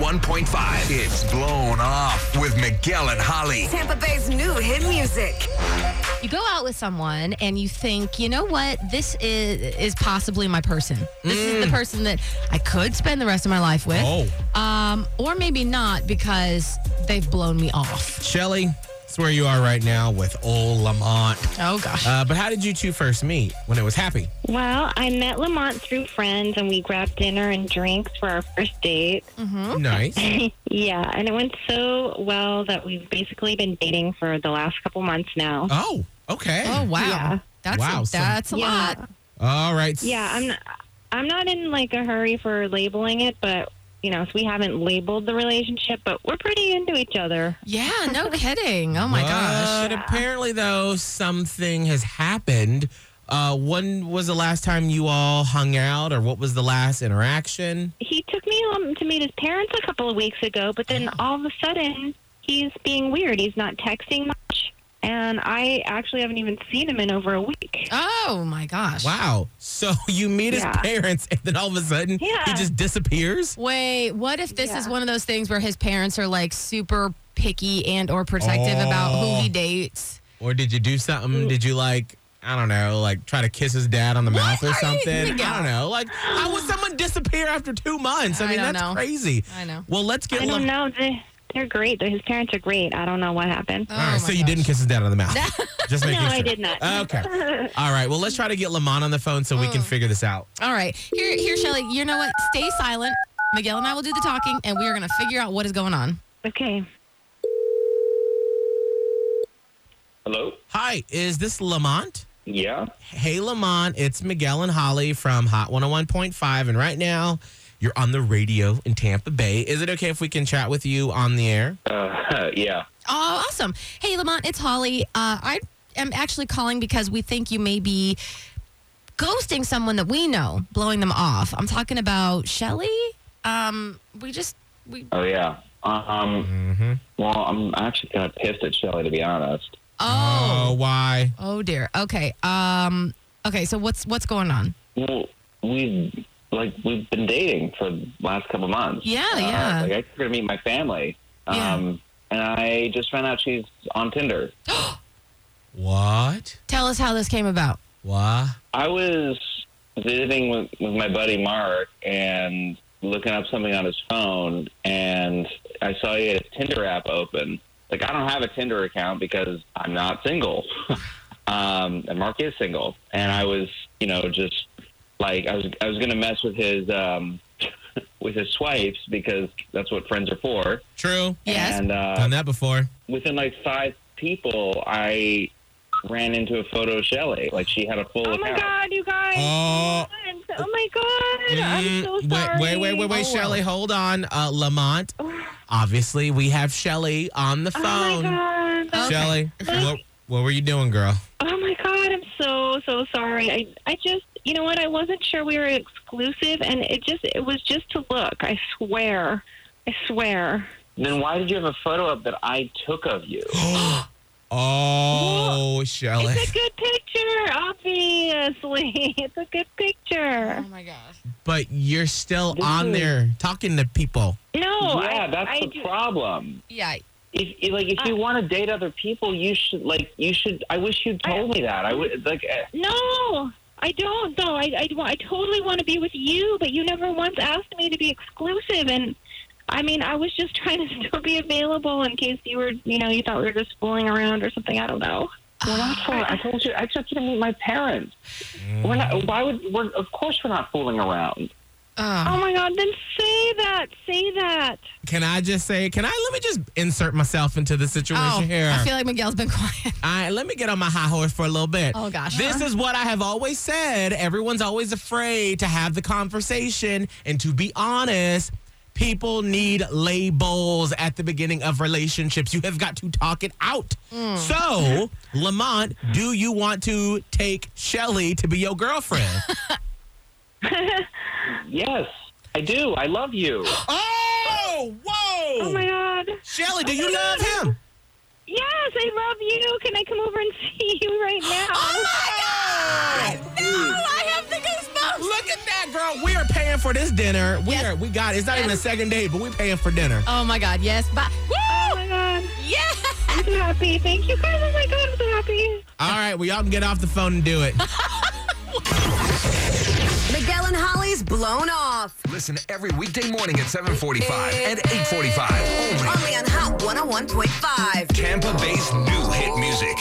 101.5. It's blown off with Miguel and Holly. Tampa Bay's new hit music. You go out with someone and you think, you know what? This is is possibly my person. This is the person that I could spend the rest of my life with. Mm. Oh. Um, or maybe not because they've blown me off. Shelly, that's where you are right now with old Lamont. Oh gosh. Uh, but how did you two first meet when it was happy? Well, I met Lamont through friends, and we grabbed dinner and drinks for our first date. Hmm? Nice. Yeah, and it went so well that we've basically been dating for the last couple months now. Oh, okay. oh wow. yeah. That's Wow, a, so- that's a Yeah. lot. All right. Yeah, I'm. Not, I'm not in like a hurry for labeling it, but you know, so we haven't labeled the relationship, but we're pretty into each other. Yeah, no kidding. Oh my gosh. But apparently, though, something has happened. Uh, when was the last time you all hung out, or what was the last interaction? He took me home to meet his parents a couple of weeks ago, but then all of a sudden he's being weird. He's not texting much, and I actually haven't even seen him in over a week. Oh my gosh. Wow. So you meet his Yeah. parents, and then all of a sudden, he Yeah. just disappears? Wait, what if this is Yeah. one of those things where his parents are like super picky and or protective about who Oh. he dates? Or did you do Mm. something? Did you like I don't know, like try to kiss his dad on the mouth or Are you- something? Yeah. I don't know. Like how would someone disappear after two months? I I mean don't that's know. crazy. I know. Well, let's get. I Lam- don't know. They, they're great. His parents are great. I don't know what happened. Oh All right, so my you gosh. didn't kiss his dad on the mouth. Just making no, I sure. did not. Okay. All right. Well, let's try to get Lamont on the phone so we Oh. can figure this out. All right. Here, here, Shelly, you know what? Stay silent. Miguel and I will do the talking, and we are going to figure out what is going on. Okay. Hello? Hi, is this Lamont? Yeah? Hey, Lamont, it's Miguel and Holly from Hot 101.5. And right now, you're on the radio in Tampa Bay. Is it okay if we can chat with you on the air? Oh. Uh, yeah. Oh, awesome. Hey, Lamont, it's Holly. Uh, I am actually calling because we think you may be ghosting someone that we know, blowing them off. I'm talking about Shelly. Um, we just, we, Oh, yeah. Um, Mm-hmm. well, I'm actually kind of pissed at Shelly, to be honest. Oh, oh, why? oh dear. Okay. Um, okay. So what's, what's going on? Well, we've, like, we've been dating for the last couple months. Yeah, Uh, yeah. Like, I took her to meet my family. Yeah. Um, and I just found out she's on Tinder. What? Tell us how this came about. Why? I was visiting with, with my buddy Mark and looking up something on his phone, and I saw he had a Tinder app open. Like, I don't have a Tinder account because I'm not single. um, and Mark is single. And I was, you know, just like, I was, I was going to mess with his, um, with his swipes because that's what friends are for. True. Yes. And, uh, Done that before. within like five people, I ran into a photo of Shelly. Like, she had a full Oh account. my God, you guys! Oh. Oh my God! I'm so Mm, sorry. Oh, Wait, wait, wait, wait, wait, Shelly, hold on. Uh, Lamont, obviously, we have Shelly on the Oh my phone. God! Okay. Shelly, what, what were you doing, girl? Oh my God! I'm so so sorry. I I just you know what? I wasn't sure we were exclusive, and it just it was just to look. I swear, I swear. Then why did you have a photo up that I took of you? Oh, Shelly. It's a good picture, obviously. It's a good Oh picture. my gosh. But you're still This on is- there talking to people. No, yeah, Oh, I, that's I the ju- problem. Yeah. If, if- like, if I- you want to date other people, you should like you should. I wish you told me that. I would like. eh, No, I don't though. I, I, I totally want to be with you, but you never once asked me to be exclusive. And I mean, I was just trying to still be available in case you were, you know, you thought we were just fooling around or something. I don't know. We're not fooling. I told you. I took you to meet my parents. We're not. Why would? We're of course we're not fooling around. Oh. Oh my God, then say that. Say that. Can I just say, can I let me just insert myself into the situation Oh, here? I feel like Miguel's been quiet. All right, let me get on my high horse for a little bit. Oh, gosh. This is what I have always said. Everyone's always afraid to have the conversation. And to be honest, people need labels at the beginning of relationships. You have got to talk it out. Mm. So, Lamont, do you want to take Shelly to be your girlfriend? Yes, I do. I love you. oh, whoa. Oh my God. Shelly, do you love him? Yes, I love you. Can I come over and see you right now? Oh my God! No, I have the goosebumps. Look at that girl, we are paying for this dinner. We Yes. are, we got. It's not even a Yes. second date, but we paying for dinner. Oh my God. Yes. Bye. Oh Woo! my god, Yes. I'm so happy. Thank you guys. Oh my god, I'm so happy. All right, well y'all can get off the phone and do it. Miguel and Holly's blown off. Listen every weekday morning at 745 and 845 only. Only on Hot 101.5. Tampa Bay's new hit music.